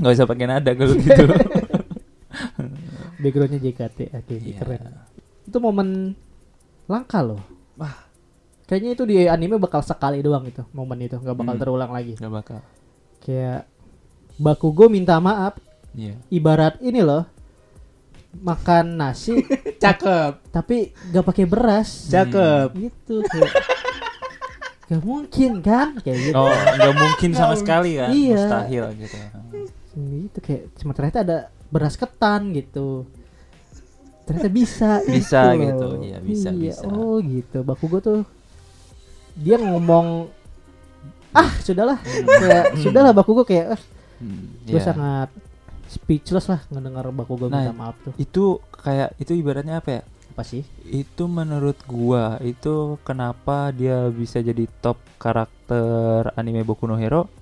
nggak usah pakai nada kalau gitu
Backgroundnya JKT, oke
Iya.
keren. Itu momen langka loh.
Wah.
Kayaknya itu di anime bakal sekali doang itu momen itu, nggak bakal
Hmm.
terulang lagi.
nggak bakal
Kayak Bakugo minta maaf,
Iya.
ibarat ini loh makan nasi
cakep
tapi nggak pakai beras.
cakep
Gitu kayak Gak mungkin kan kayak gitu.
Oh, nggak mungkin sama sekali kan?
Iya.
Mustahil gitu.
Gitu kayak cuma ternyata ada beras ketan gitu. Ternyata bisa.
Bisa gitu,
loh.
iya, bisa,
Iya,
bisa.
Oh gitu. Bakugo tuh dia ngomong ah sudahlah kayak sudahlah Bakugo kayak eh,
Hmm,
gue
iya.
sangat speechless lah ngedengar Bakugo
Nah,
minta maaf tuh.
Itu kayak itu ibaratnya apa ya?
Apa sih?
Itu menurut gua itu kenapa dia bisa jadi top karakter anime Boku no Hero?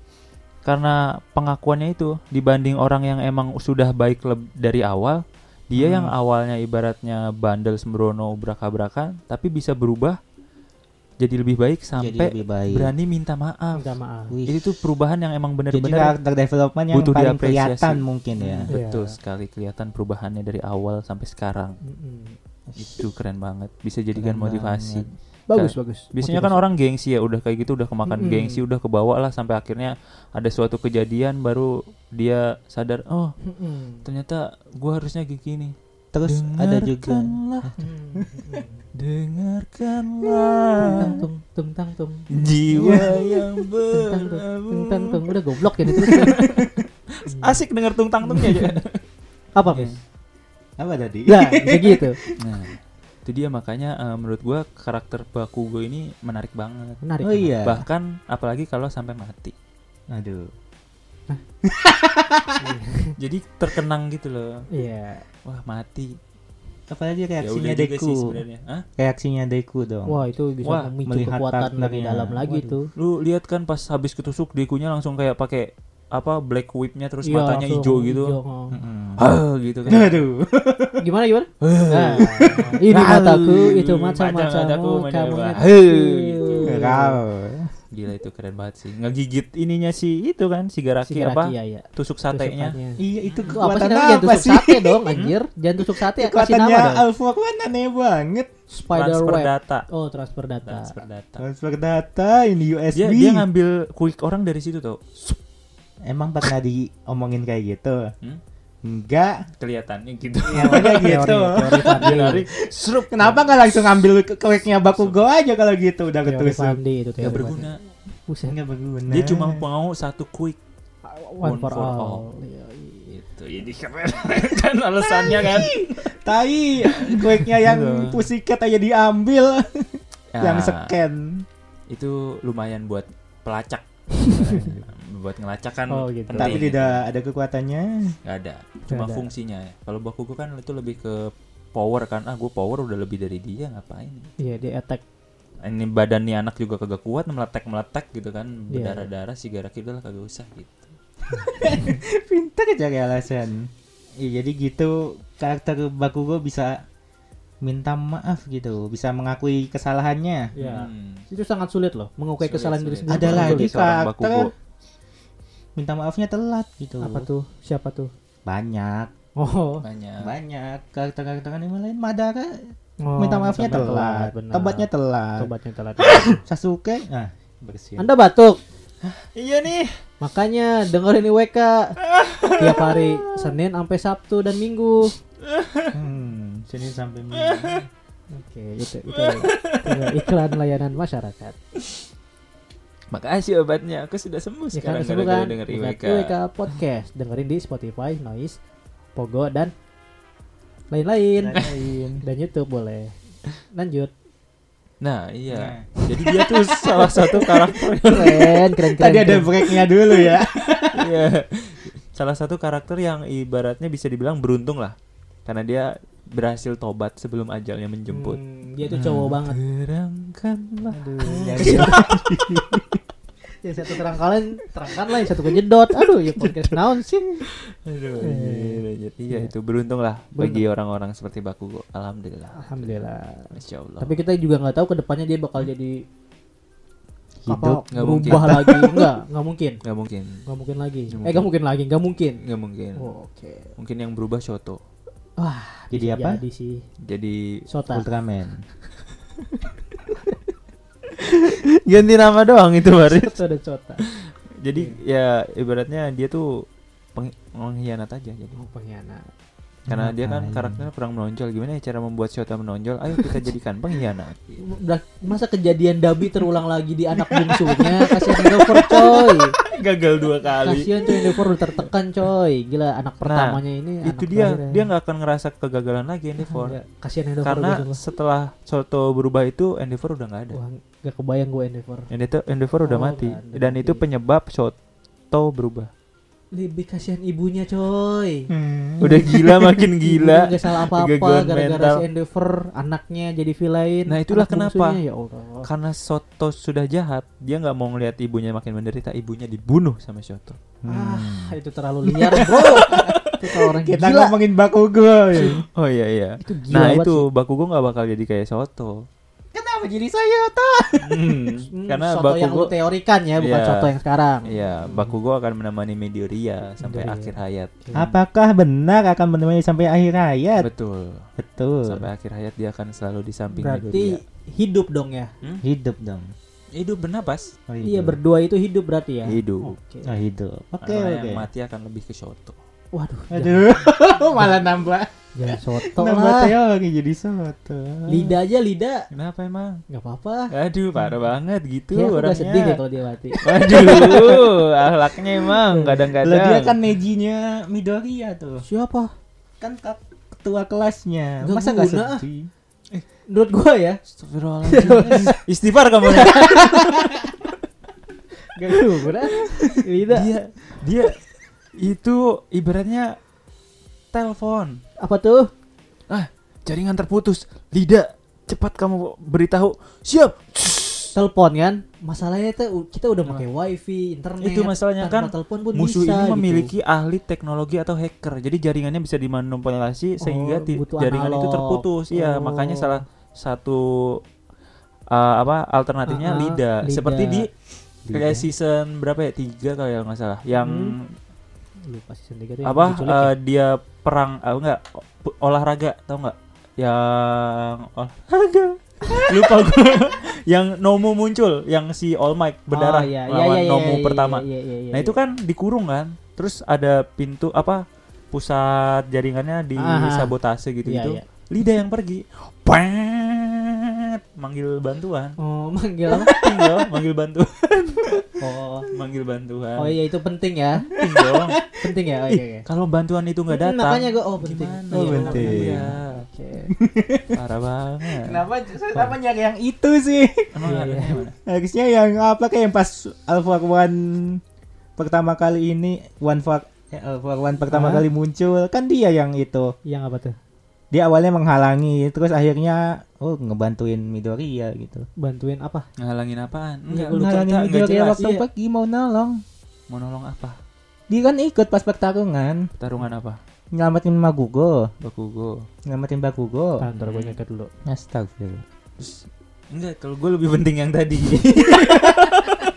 Karena pengakuannya itu dibanding orang yang emang sudah baik leb- dari awal, dia
Hmm.
yang awalnya ibaratnya bandel sembrono ubrak-abrakan tapi bisa berubah jadi lebih baik
jadi
sampai
lebih baik
berani minta maaf.
Minta maaf.
Wih.
Itu tuh perubahan yang emang
jadi
bener-bener
karakter development yang
butuh
paling
diapresiasi.
kelihatan mungkin ya
Hmm, Betul
Iya.
sekali kelihatan perubahannya dari awal sampai sekarang.
Mm-mm.
Itu keren banget. Bisa jadikan
Keren
motivasi.
Bagus
Kayak-
bagus.
Biasanya kan orang gengsi ya udah kayak gitu udah kemakan
Mm-mm.
gengsi udah kebawa lah sampai akhirnya ada suatu kejadian baru dia sadar oh
Mm-mm.
ternyata gua harusnya kayak gini.
terus ada juga
Dengarkanlah,
Mm-mm.
dengarkanlah
Tentang tung tung tang tung
jiwa yang
tentang tung tung tang
berabu.
tung udah goblok ya terus
Asik denger tung tang tungnya aja.
apa
Iya.
mis?
apa tadi
Nah bisa gitu
Nah, itu dia makanya eh, menurut gua karakter Bakugo ini menarik banget.
menarik.
oh iya
Bahkan apalagi kalau sampai mati.
aduh
Jadi terkenang gitu loh.
Iya.
Wah, mati. Ya
apalagi reaksinya
udah juga sih
Deku
sebenarnya. Hah?
reaksinya Deku dong
Wah itu bisa
Wah,
memicu
melihat
kekuatan lebih
partnernya.
dalam lagi
Waduh.
tuh.
Lu lihat kan pas habis ketusuk Dekunya langsung kayak pakai apa black whip-nya terus
Iya,
matanya
langsung
hijau gitu.
hijau, oh.
Mm-mm.
"Hah," gitu kan
Aduh.
Gimana gimana? Nah, ini
Nah,
mataku, itu mata
mata- mataku,
matamu, kamu
mata- Oh.
Kau.
gila itu keren banget sih ngegigit ininya si itu kan si garaki, apa
Iya, iya.
tusuk satenya
Iya itu
Itu apa sih
kekuatan
namanya? Jangan
apa
tusuk
sih?
sate dong, anjir. Jangan tusuk sate, kasih nama
Kekuatannya
dong.
Alpha kan aneh banget.
Spider
eh, transfer
web.
data
Oh, transfer data.
transfer data
Transfer data ini
Nah, dia
USB.
dia ngambil quick orang dari situ tuh
Emang pernah diomongin kayak gitu?
Hmm?
Enggak.
kelihatan ya gitu
Namanya gitu.
teori Fandi.
Menarik. serup
Kenapa nggak langsung ngambil kueknya baku go aja kalau gitu udah
Teori
ketusuk?
Fandi itu teori
nggak
Fandi.
berguna
Buset,
Nggak berguna.
dia cuma mau satu quick
one for
for all.
all. Iya, iya.
gitu jadi keren kan alasannya kan
Tai kueknya yang
Gitu.
pusikat aja diambil, yang
Ya,
scan.
itu lumayan buat pelacak buat ngelacak kan
Oh, gitu.
penting.
Tapi tidak ada kekuatannya.
nggak ada cuma
ada.
fungsinya ya kalau bakugo kan itu lebih ke power kan ah gue power udah lebih dari dia ngapain
Iya, dia attack.
ini badan nih anak juga kagak kuat meletek meletek gitu kan
Iya.
berdarah darah si garaki udah lah kagak usah gitu
Pintar aja kayak alasan. Iya jadi gitu karakter Bakugo bisa minta maaf gitu, bisa mengakui kesalahannya.
Iya. Nah,
Hmm.
Itu sangat sulit loh, mengukai
Sulit,
kesalahan diri
sulit.
sendiri.
Ada
Sangat
lagi
sulit.
seorang Bakugo.
karakter minta maafnya telat gitu.
apa tuh? Siapa tuh?
Banyak,
Oh,
banyak
banyak karakter-karakter anime lain Madara
oh,
minta maafnya
minta maaf
telat,
benar.
tobatnya telat.
Tobatnya telat.
Sasuke nah bersin.
Anda batuk.
Iya nih.
Makanya dengerin IWK tiap hari Senin sampai Sabtu dan Minggu.
Hmm, sini sampai minggu.
Oke, itu itu, adalah iklan layanan masyarakat.
makasih obatnya aku sudah sembuh
Ya
sekarang
kan semua
gara-gara
kan
denger
Iklan
IWK
IWK podcast dengerin di Spotify, Noise, Pogo dan lain-lain
Lain.
dan YouTube boleh. Lanjut.
nah iya jadi dia tuh salah satu karakter
Keren, keren, keren.
Tadi ada
keren.
breaknya dulu ya.
Iya. Salah satu karakter yang ibaratnya bisa dibilang beruntung lah. Karena dia berhasil tobat sebelum ajalnya menjemput.
Hmm, dia tuh cowok banget.
Terangkanlah.
Yang satu terangkan terangkan lah, yang satu kejedot. Aduh, ya podcast naon sih.
Aduh.
Eh.
Iya, iya, itu beruntung lah bagi orang-orang seperti Bakugo. Alhamdulillah.
Alhamdulillah.
Masya Allah.
Tapi kita juga nggak tahu ke depannya dia bakal jadi
Hidup.
apa,
Nggak
berubah
mungkin.
lagi enggak, nggak mungkin.
nggak mungkin.
Nggak mungkin lagi.
Nggak Iya.
Eh nggak mungkin lagi, nggak mungkin. Oh,
Nggak mungkin.
Oke.
Mungkin yang berubah Shoto.
Wah,
Jadi
bisa
Iya, apa?
Jadi sih
Jadi
Sota.
Ultraman.
ganti nama doang itu baru.
Sota dan Sota.
Jadi
Iya.
ya ibaratnya dia tuh peng- pengkhianat aja jadi.
Oh, pengkhianat. Nah,
Karena dia kan
iya.
Ngapain?
karakternya kurang menonjol. Gimana ya cara membuat Shota menonjol? Ayo kita jadikan pengkhianat.
Udah, masa kejadian Dabi terulang lagi di anak bungsunya? Kasihan Endover coy.
Gagal dua kali. Nah,
Kasihan coy Endover udah tertekan coy. Gila anak pertamanya ini Iya.
Itu dia, dia nggak akan ngerasa kegagalan lagi Endeavor.
enggak kasihan Endover
Karena
gua sumpah.
setelah Shoto berubah itu Endeavor udah nggak ada.
Wah, gak kebayang gue Endeavor.
Endeavor, Endeavor udah
Oh,
mati.
nggak ada,
Dan
mati.
itu penyebab Shoto berubah.
Lebih kasihan ibunya coy.
Hmm.
Hmm.
Udah gila makin Hmm, gila.
Gak salah apa-apa
Kegagalan
gara-gara
mental.
si Endeavor anaknya jadi villain.
Nah, itulah kenapa.
Anak bungsunya, Ya Allah.
Karena Shoto sudah jahat, dia nggak mau ngelihat ibunya makin menderita. Ibunya dibunuh sama Shoto.
Ah,
Hmm.
itu terlalu liar, Bro. itu kalau orang
Kita
gila.
ngomongin Bakugo. ya.
Oh iya iya.
Itu gila
Nah
banget
itu Bakugo nggak bakal jadi kayak Shoto.
Kenapa jadi saya tuh?
Hmm,
Karena
soto yang
Bakugo
lu teorikan ya, bukan
Iya.
soto yang sekarang.
Iya, Bakugo akan menemani Midoriya sampai
Midoriya. Iya.
akhir hayat.
Apakah benar akan menemani sampai akhir hayat?
Betul.
Betul.
Sampai akhir hayat dia akan selalu di samping
Berarti
Midoriya.
hidup dong ya.
Hidup dong.
Hidup bernapas.
Oh,
Iya,
hidup.
berdua itu hidup berarti ya.
Iya. Hidup.
Oke.
Oh, hidup. Oke,
Karena
oke.
yang mati akan lebih ke Shoto.
Waduh, jangan,
Aduh, malah nambah
jangan soto
nambah
lah.
teori jadi soto.
Lidah aja lidah.
Kenapa emang?
Gak apa-apa.
Aduh, parah banget gitu
Ya, Hmm. aku
orangnya.
gak sedih deh kalau dia mati.
Waduh, akhlaknya emang
Lah
kadang-kadang.
dia kan nejinya Midoriya tuh.
Siapa?
Kan kak- ketua kelasnya.
Nggak
Masa nggak
guna, ah.
sedih?
Menurut gua ya,
Astagfirullahaladzim. Istighfar kamu.
gak guna. Lidah.
dia dia itu ibaratnya telepon.
Apa tuh?
Ah, jaringan terputus. Lidah, cepat kamu beritahu. Siap. Tss,
telepon kan masalahnya tuh kita udah pakai wifi internet
Itu masalahnya
tanpa
kan,
telepon pun
musuh
bisa,
ini
gitu.
memiliki ahli teknologi atau hacker jadi jaringannya bisa dimanipulasi sehingga ti-
Oh, butuh
jaringan itu
analog.
terputus iya
Oh.
makanya salah satu uh, apa alternatifnya
Ah, ah,
lidah
lidah.
seperti di kayak
Lidah.
season berapa ya tiga kalau nggak salah yang
Hmm. lupa season tiga tuh yang
apa
diculik ya.
uh, dia perang ah, enggak o- olahraga tau nggak yang olahraga lupa gue yang Nomu muncul yang si All Might berdarah
Oh, iya, iya,
lawan
iya, iya,
Nomu
iya,
pertama
iya, iya, iya,
Nah itu kan dikurung kan, terus ada pintu apa pusat jaringannya
Aha.
disabotase gitu gitu.
Iya, iya.
Lidah yang pergi, pet, manggil bantuan.
oh manggil apa?
Tinggal manggil bantuan,
oh
manggil bantuan.
oh iya itu penting ya
Tinggal.
penting ya oh,
Ih,
iya, iya.
Kalau bantuan itu nggak
Hmm,
datang,
makanya gue oh penting
gimana?
Oh,
ya?
penting.
Iya,
oke
parah banget.
Kenapa kenapa nyari yang itu sih?
Emang
Iya,
ada
iya.
gimana?
Harusnya yang apa kayak yang pas Alpha One pertama kali ini One for eh, Alpha One pertama
Hah?
kali muncul kan dia yang itu.
yang apa tuh
Dia awalnya menghalangi terus akhirnya oh ngebantuin Midoriya gitu.
bantuin apa
Ngehalangin apaan? Enggak, lu cerita
Menghalangi
Iya, nggak
Midoriya
jelas.
waktu
Iya.
pergi mau nolong.
Mau nolong apa?
Dia kan ikut pas pertarungan
Pertarungan apa?
nyelamatin Magugo,
Bakugo.
nyelamatin
Oh.
Bakugo.
Tahan, ntar gue nyeker dulu
Astagfirullah.
Enggak, kalau gue lebih penting yang tadi.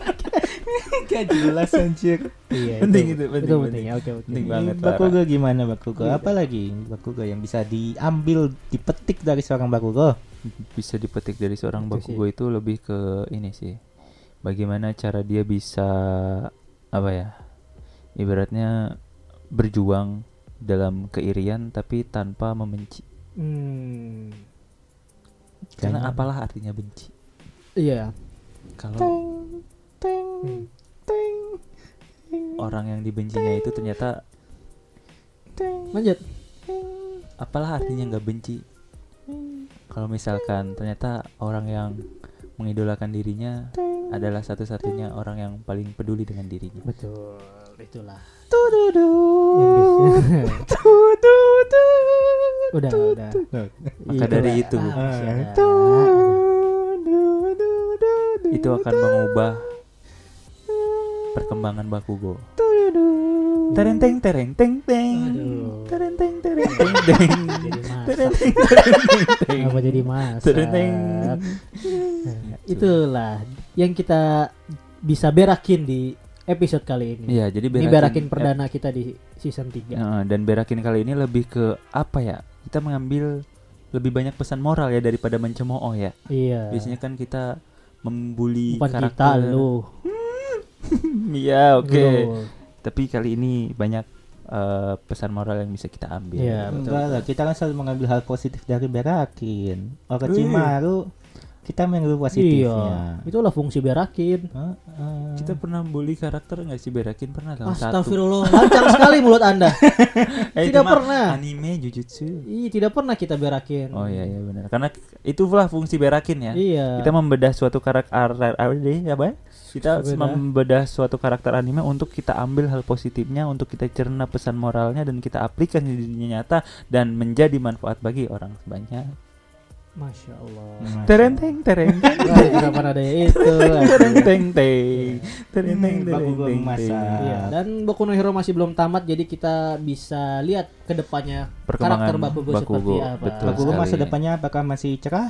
Gak jelas anjir. Iya.
penting itu, penting.
itu penting ya oke oke
Penting banget. Iya.
Ini
parah.
Bakugo gimana Bakugo? Apa lagi Bakugo yang bisa diambil, dipetik dari seorang Bakugo?
bisa dipetik dari seorang
Itu
bakugo itu lebih ke ini sih bagaimana cara dia bisa apa ya ibaratnya berjuang dalam keirian tapi tanpa membenci
hmm
karena
Kayaknya.
apalah artinya benci
iya Hmm.
kalau
Teng, teng,
orang yang dibencinya itu ternyata
teng.
lanjut
apalah artinya nggak benci kalau misalkan ternyata orang yang mengidolakan dirinya adalah satu-satunya orang yang paling peduli dengan dirinya
betul itulah
Tududu.
Yang bisa-
Tududu.
udah Ah, udah Iya,
maka dari itu Ah.
masih ada.
Tududu.
itu akan mengubah perkembangan Bakugo.
Tududu.
Tereng teng tereng teng teng.
Aduh.
Tereng teng tereng teng teng.
jadi
Tereng
masak
teng tereng teng teng.
apa jadi masak
Tereng.
itulah yang kita bisa berakin di episode kali ini
Iya, jadi
Hmm. ini
berakin,
berakin perdana kita di season
eh,
3
eh, dan berakin kali ini lebih ke apa ya? Kita mengambil lebih banyak pesan moral ya daripada mencemooh ya.
iya
Biasanya kan kita membuli
bukan kita
karakter.
lu
Iya, oke.
Lu.
Tapi kali ini banyak eh, pesan moral yang bisa kita ambil.
Iya, betul.
Enggak lah, kita kan selalu mengambil hal positif dari berakin. Orochimaru kita mengambil
iya
positifnya.
itulah fungsi berakin
Heeh.
Kita pernah bully karakter nggak sih berakin pernah tau satu.
Astagfirullah, lancang sekali mulut Anda.
Eh,
Tidak
cuma
pernah.
Anime Jujutsu.
Ih, tidak pernah kita berakin.
Oh iya iya benar. Karena itulah fungsi berakin ya.
Iya.
Kita membedah suatu karakter RRD apa ya? Kita
Membedah.
membedah suatu karakter anime untuk kita ambil hal positifnya, untuk kita cerna pesan moralnya dan kita aplikasi di dunia nyata dan menjadi manfaat bagi orang sebanyak.
Masya Allah.
Terenteng terenteng.
Wah, tidak pernah ada yang
Iya,
itu.
Terenteng teng. Terenteng
Hmm, bagus gua
terenteng.
memasak.
teng.
Iya, dan Boku no Hero masih belum tamat jadi kita bisa lihat ke depannya
Perkembangan
karakter Bakugo, seperti
Bakugo,
apa
betul.
Bakugo
sekali. ya.
masa depannya apakah masih cerah?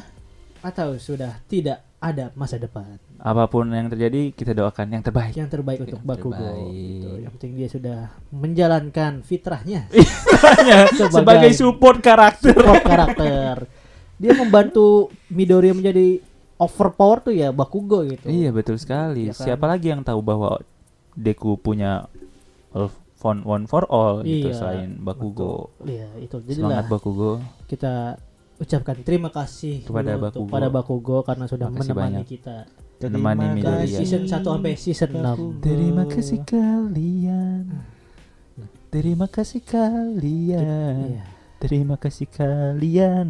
atau sudah tidak ada masa depan.
Apapun yang terjadi kita doakan yang terbaik.
Yang terbaik untuk
Yang
Bakugo.
terbaik.
gitu. Yang penting dia sudah menjalankan fitrahnya
sebagai,
Sebagai
support karakter.
support karakter. Dia membantu Midoriya menjadi overpower tuh ya Bakugo gitu.
Iya betul sekali.
Iya kan?
Siapa lagi yang tahu bahwa Deku punya all phone one for all gitu
Iya,
selain Bakugo.
Iya, itu. Jadilah
Semangat Bakugo.
kita ucapkan terima kasih
Kepada
dulu untuk-
Bakugo.
pada Bakugo karena sudah
Makasih
menemani
banyak.
kita
Menemani
dari
Midoriya.
season 1 sampai season 6.
Bakugo.
Terima kasih kalian. Terima kasih kalian.
Iya. Nah.
Terima kasih kalian.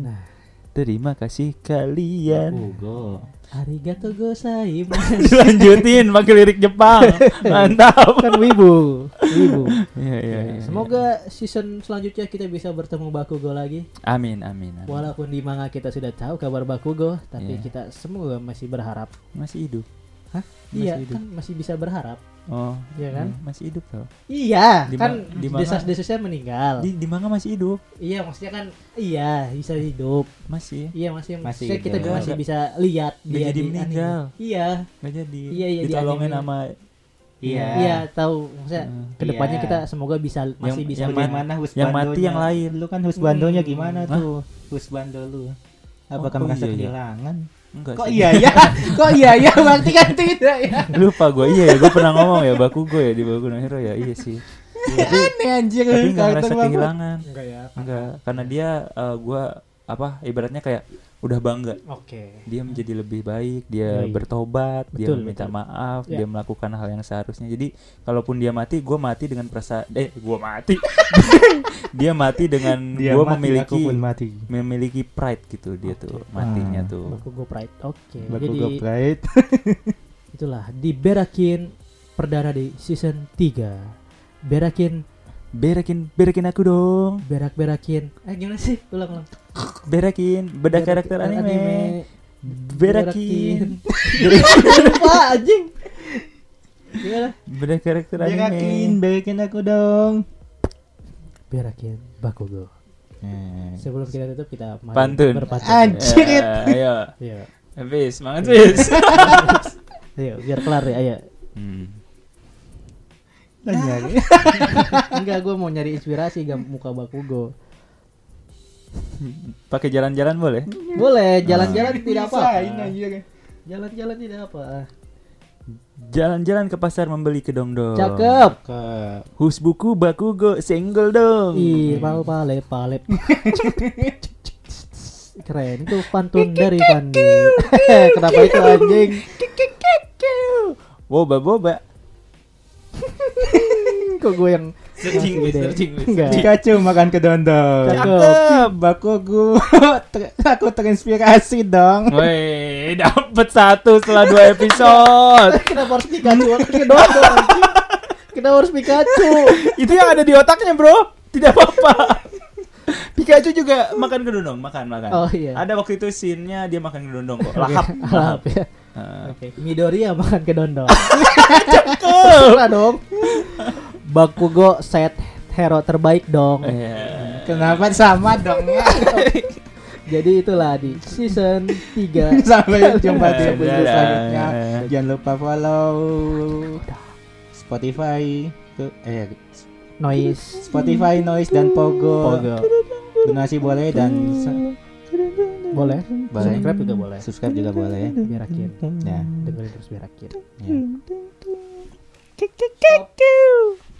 Terima kasih kalian.
Ugo.
Arigato gozaimasu.
Dilanjutin pakai lirik Jepang. Mantap.
kan wibu, wibu.
Iya iya. iya.
Semoga season selanjutnya kita bisa bertemu Bakugo lagi.
Amin amin. amin.
Walaupun di manga kita sudah tahu kabar Bakugo,
Iya.
tapi kita semua masih berharap.
Masih hidup. Masih
Iya,
hidup.
kan masih bisa berharap.
Oh,
Iya kan?
hmm, Masih hidup loh.
Iya,
Di ma-
kan
di manga-
desas-desusnya meninggal.
Di di manga masih hidup.
Iya, maksudnya kan iya bisa hidup.
Masih.
Iya, masih
Masih
maksudnya kita
hidup.
masih bisa lihat
Nggak jadi
anime.
meninggal.
Iya,
Nggak jadi.
Iya, iya, di
Ditolongin
anime.
sama
Iya.
iya tahu maksudnya
Hmm.
kedepannya
Iya.
kita semoga bisa masih bisa
yang
lihat.
mana
yang
husbandonya?
mati yang lain.
Lu kan husbandonya
Hmm.
gimana
Hah?
tuh? Husbando lu.
Oh,
Apakah
oh
merasa
iya, iya.
kehilangan?
Enggak
Kok
sih.
iya ya? Kok iya ya? Berarti kan tidak ya?
Lupa gue. Iya ya, gue pernah ngomong ya Bakugo ya di Bakugo no Hero ya. Iya sih. Tapi
Aneh
Iya,
anjir
tapi nggak
kartun
ngerasa
banget.
kehilangan.
Enggak ya.
Enggak, karena dia gue apa ibaratnya kayak udah bangga.
Oke.
Dia menjadi lebih baik, dia
Iya, iya.
bertobat, dia
Betul,
meminta
betul.
maaf,
Iya.
dia melakukan hal yang seharusnya. Jadi kalaupun dia mati, gue mati dengan perasaan eh gue mati. dia mati dengan
Dia
gue
mati, aku
memiliki
pun mati.
memiliki pride gitu dia
Oke.
tuh matinya
Ah.
tuh.
Bakugo Pride. Oke.
Iya.
Baku
Jadi
goprite.
itulah di Berakin perdana di season 3. Berakin,
Berekin, berekin aku dong.
berak-berakin. Eh gimana sih? Ulang-ulang.
Berekin, beda
Iya,
karakter anime.
Hmm,
Berakin,
Lupa anjing. Gimana?
beda karakter anime.
Berakin, berakin aku dong.
Berakin Bakugo.
Eh,
Sebelum kita tutup kita mari
Pantun.
berpantun. Iya.
Anj- Cirit.
Ya, ayo.
Ayo.
Habis, semangat bis.
Ayo, biar kelar ya, ayo.
Hmm.
Tanya.
Enggak, gue mau nyari inspirasi gak muka Bakugo.
Pakai jalan-jalan boleh? Ah.
Boleh, jalan-jalan tidak apa.
Pisahin, anjir.
Jalan-jalan tidak apa.
Jalan-jalan ke pasar membeli kedong dong.
Cakep.
Ke-
Husbuku bakugo single dong.
Ih, pal palep palep. Keren itu pantun dari Fandi. Kenapa itu anjing?
Boba boba.
Kok gue yang
Searching,
yang ide?
searching,
Enggak.
Pikachu makan kedondong.
Cakep.
Bakugo, ter- aku terinspirasi dong.
Woi, dapat satu setelah dua episode.
Kenapa harus Pikachu? Kenapa anjing? Kenapa harus Pikachu?
Itu yang ada di otaknya, Bro. Tidak apa-apa. Pikachu juga makan kedondong, makan, makan.
Oh, iya.
Ada waktu itu scene-nya dia makan kedondong kok. Lahap, lahap.
Alap ya.
Heeh.
Oke, Midoriya makan kedondong. Terserah dong. Bakugo set hero terbaik dong.
Iya.
Kenapa sama dong?
Jadi itulah di season 3
Sampai jumpa di
Dadah.
episode selanjutnya. Jangan lupa follow Spotify, ke- eh
noise
Spotify Noise dan Pogo.
Pogo.
Donasi boleh dan su-
Boleh.
Boleh.
Subscribe juga boleh.
subscribe juga boleh.
Berakin.
Ya.
Hmm. Dengerin terus berakin.
ya.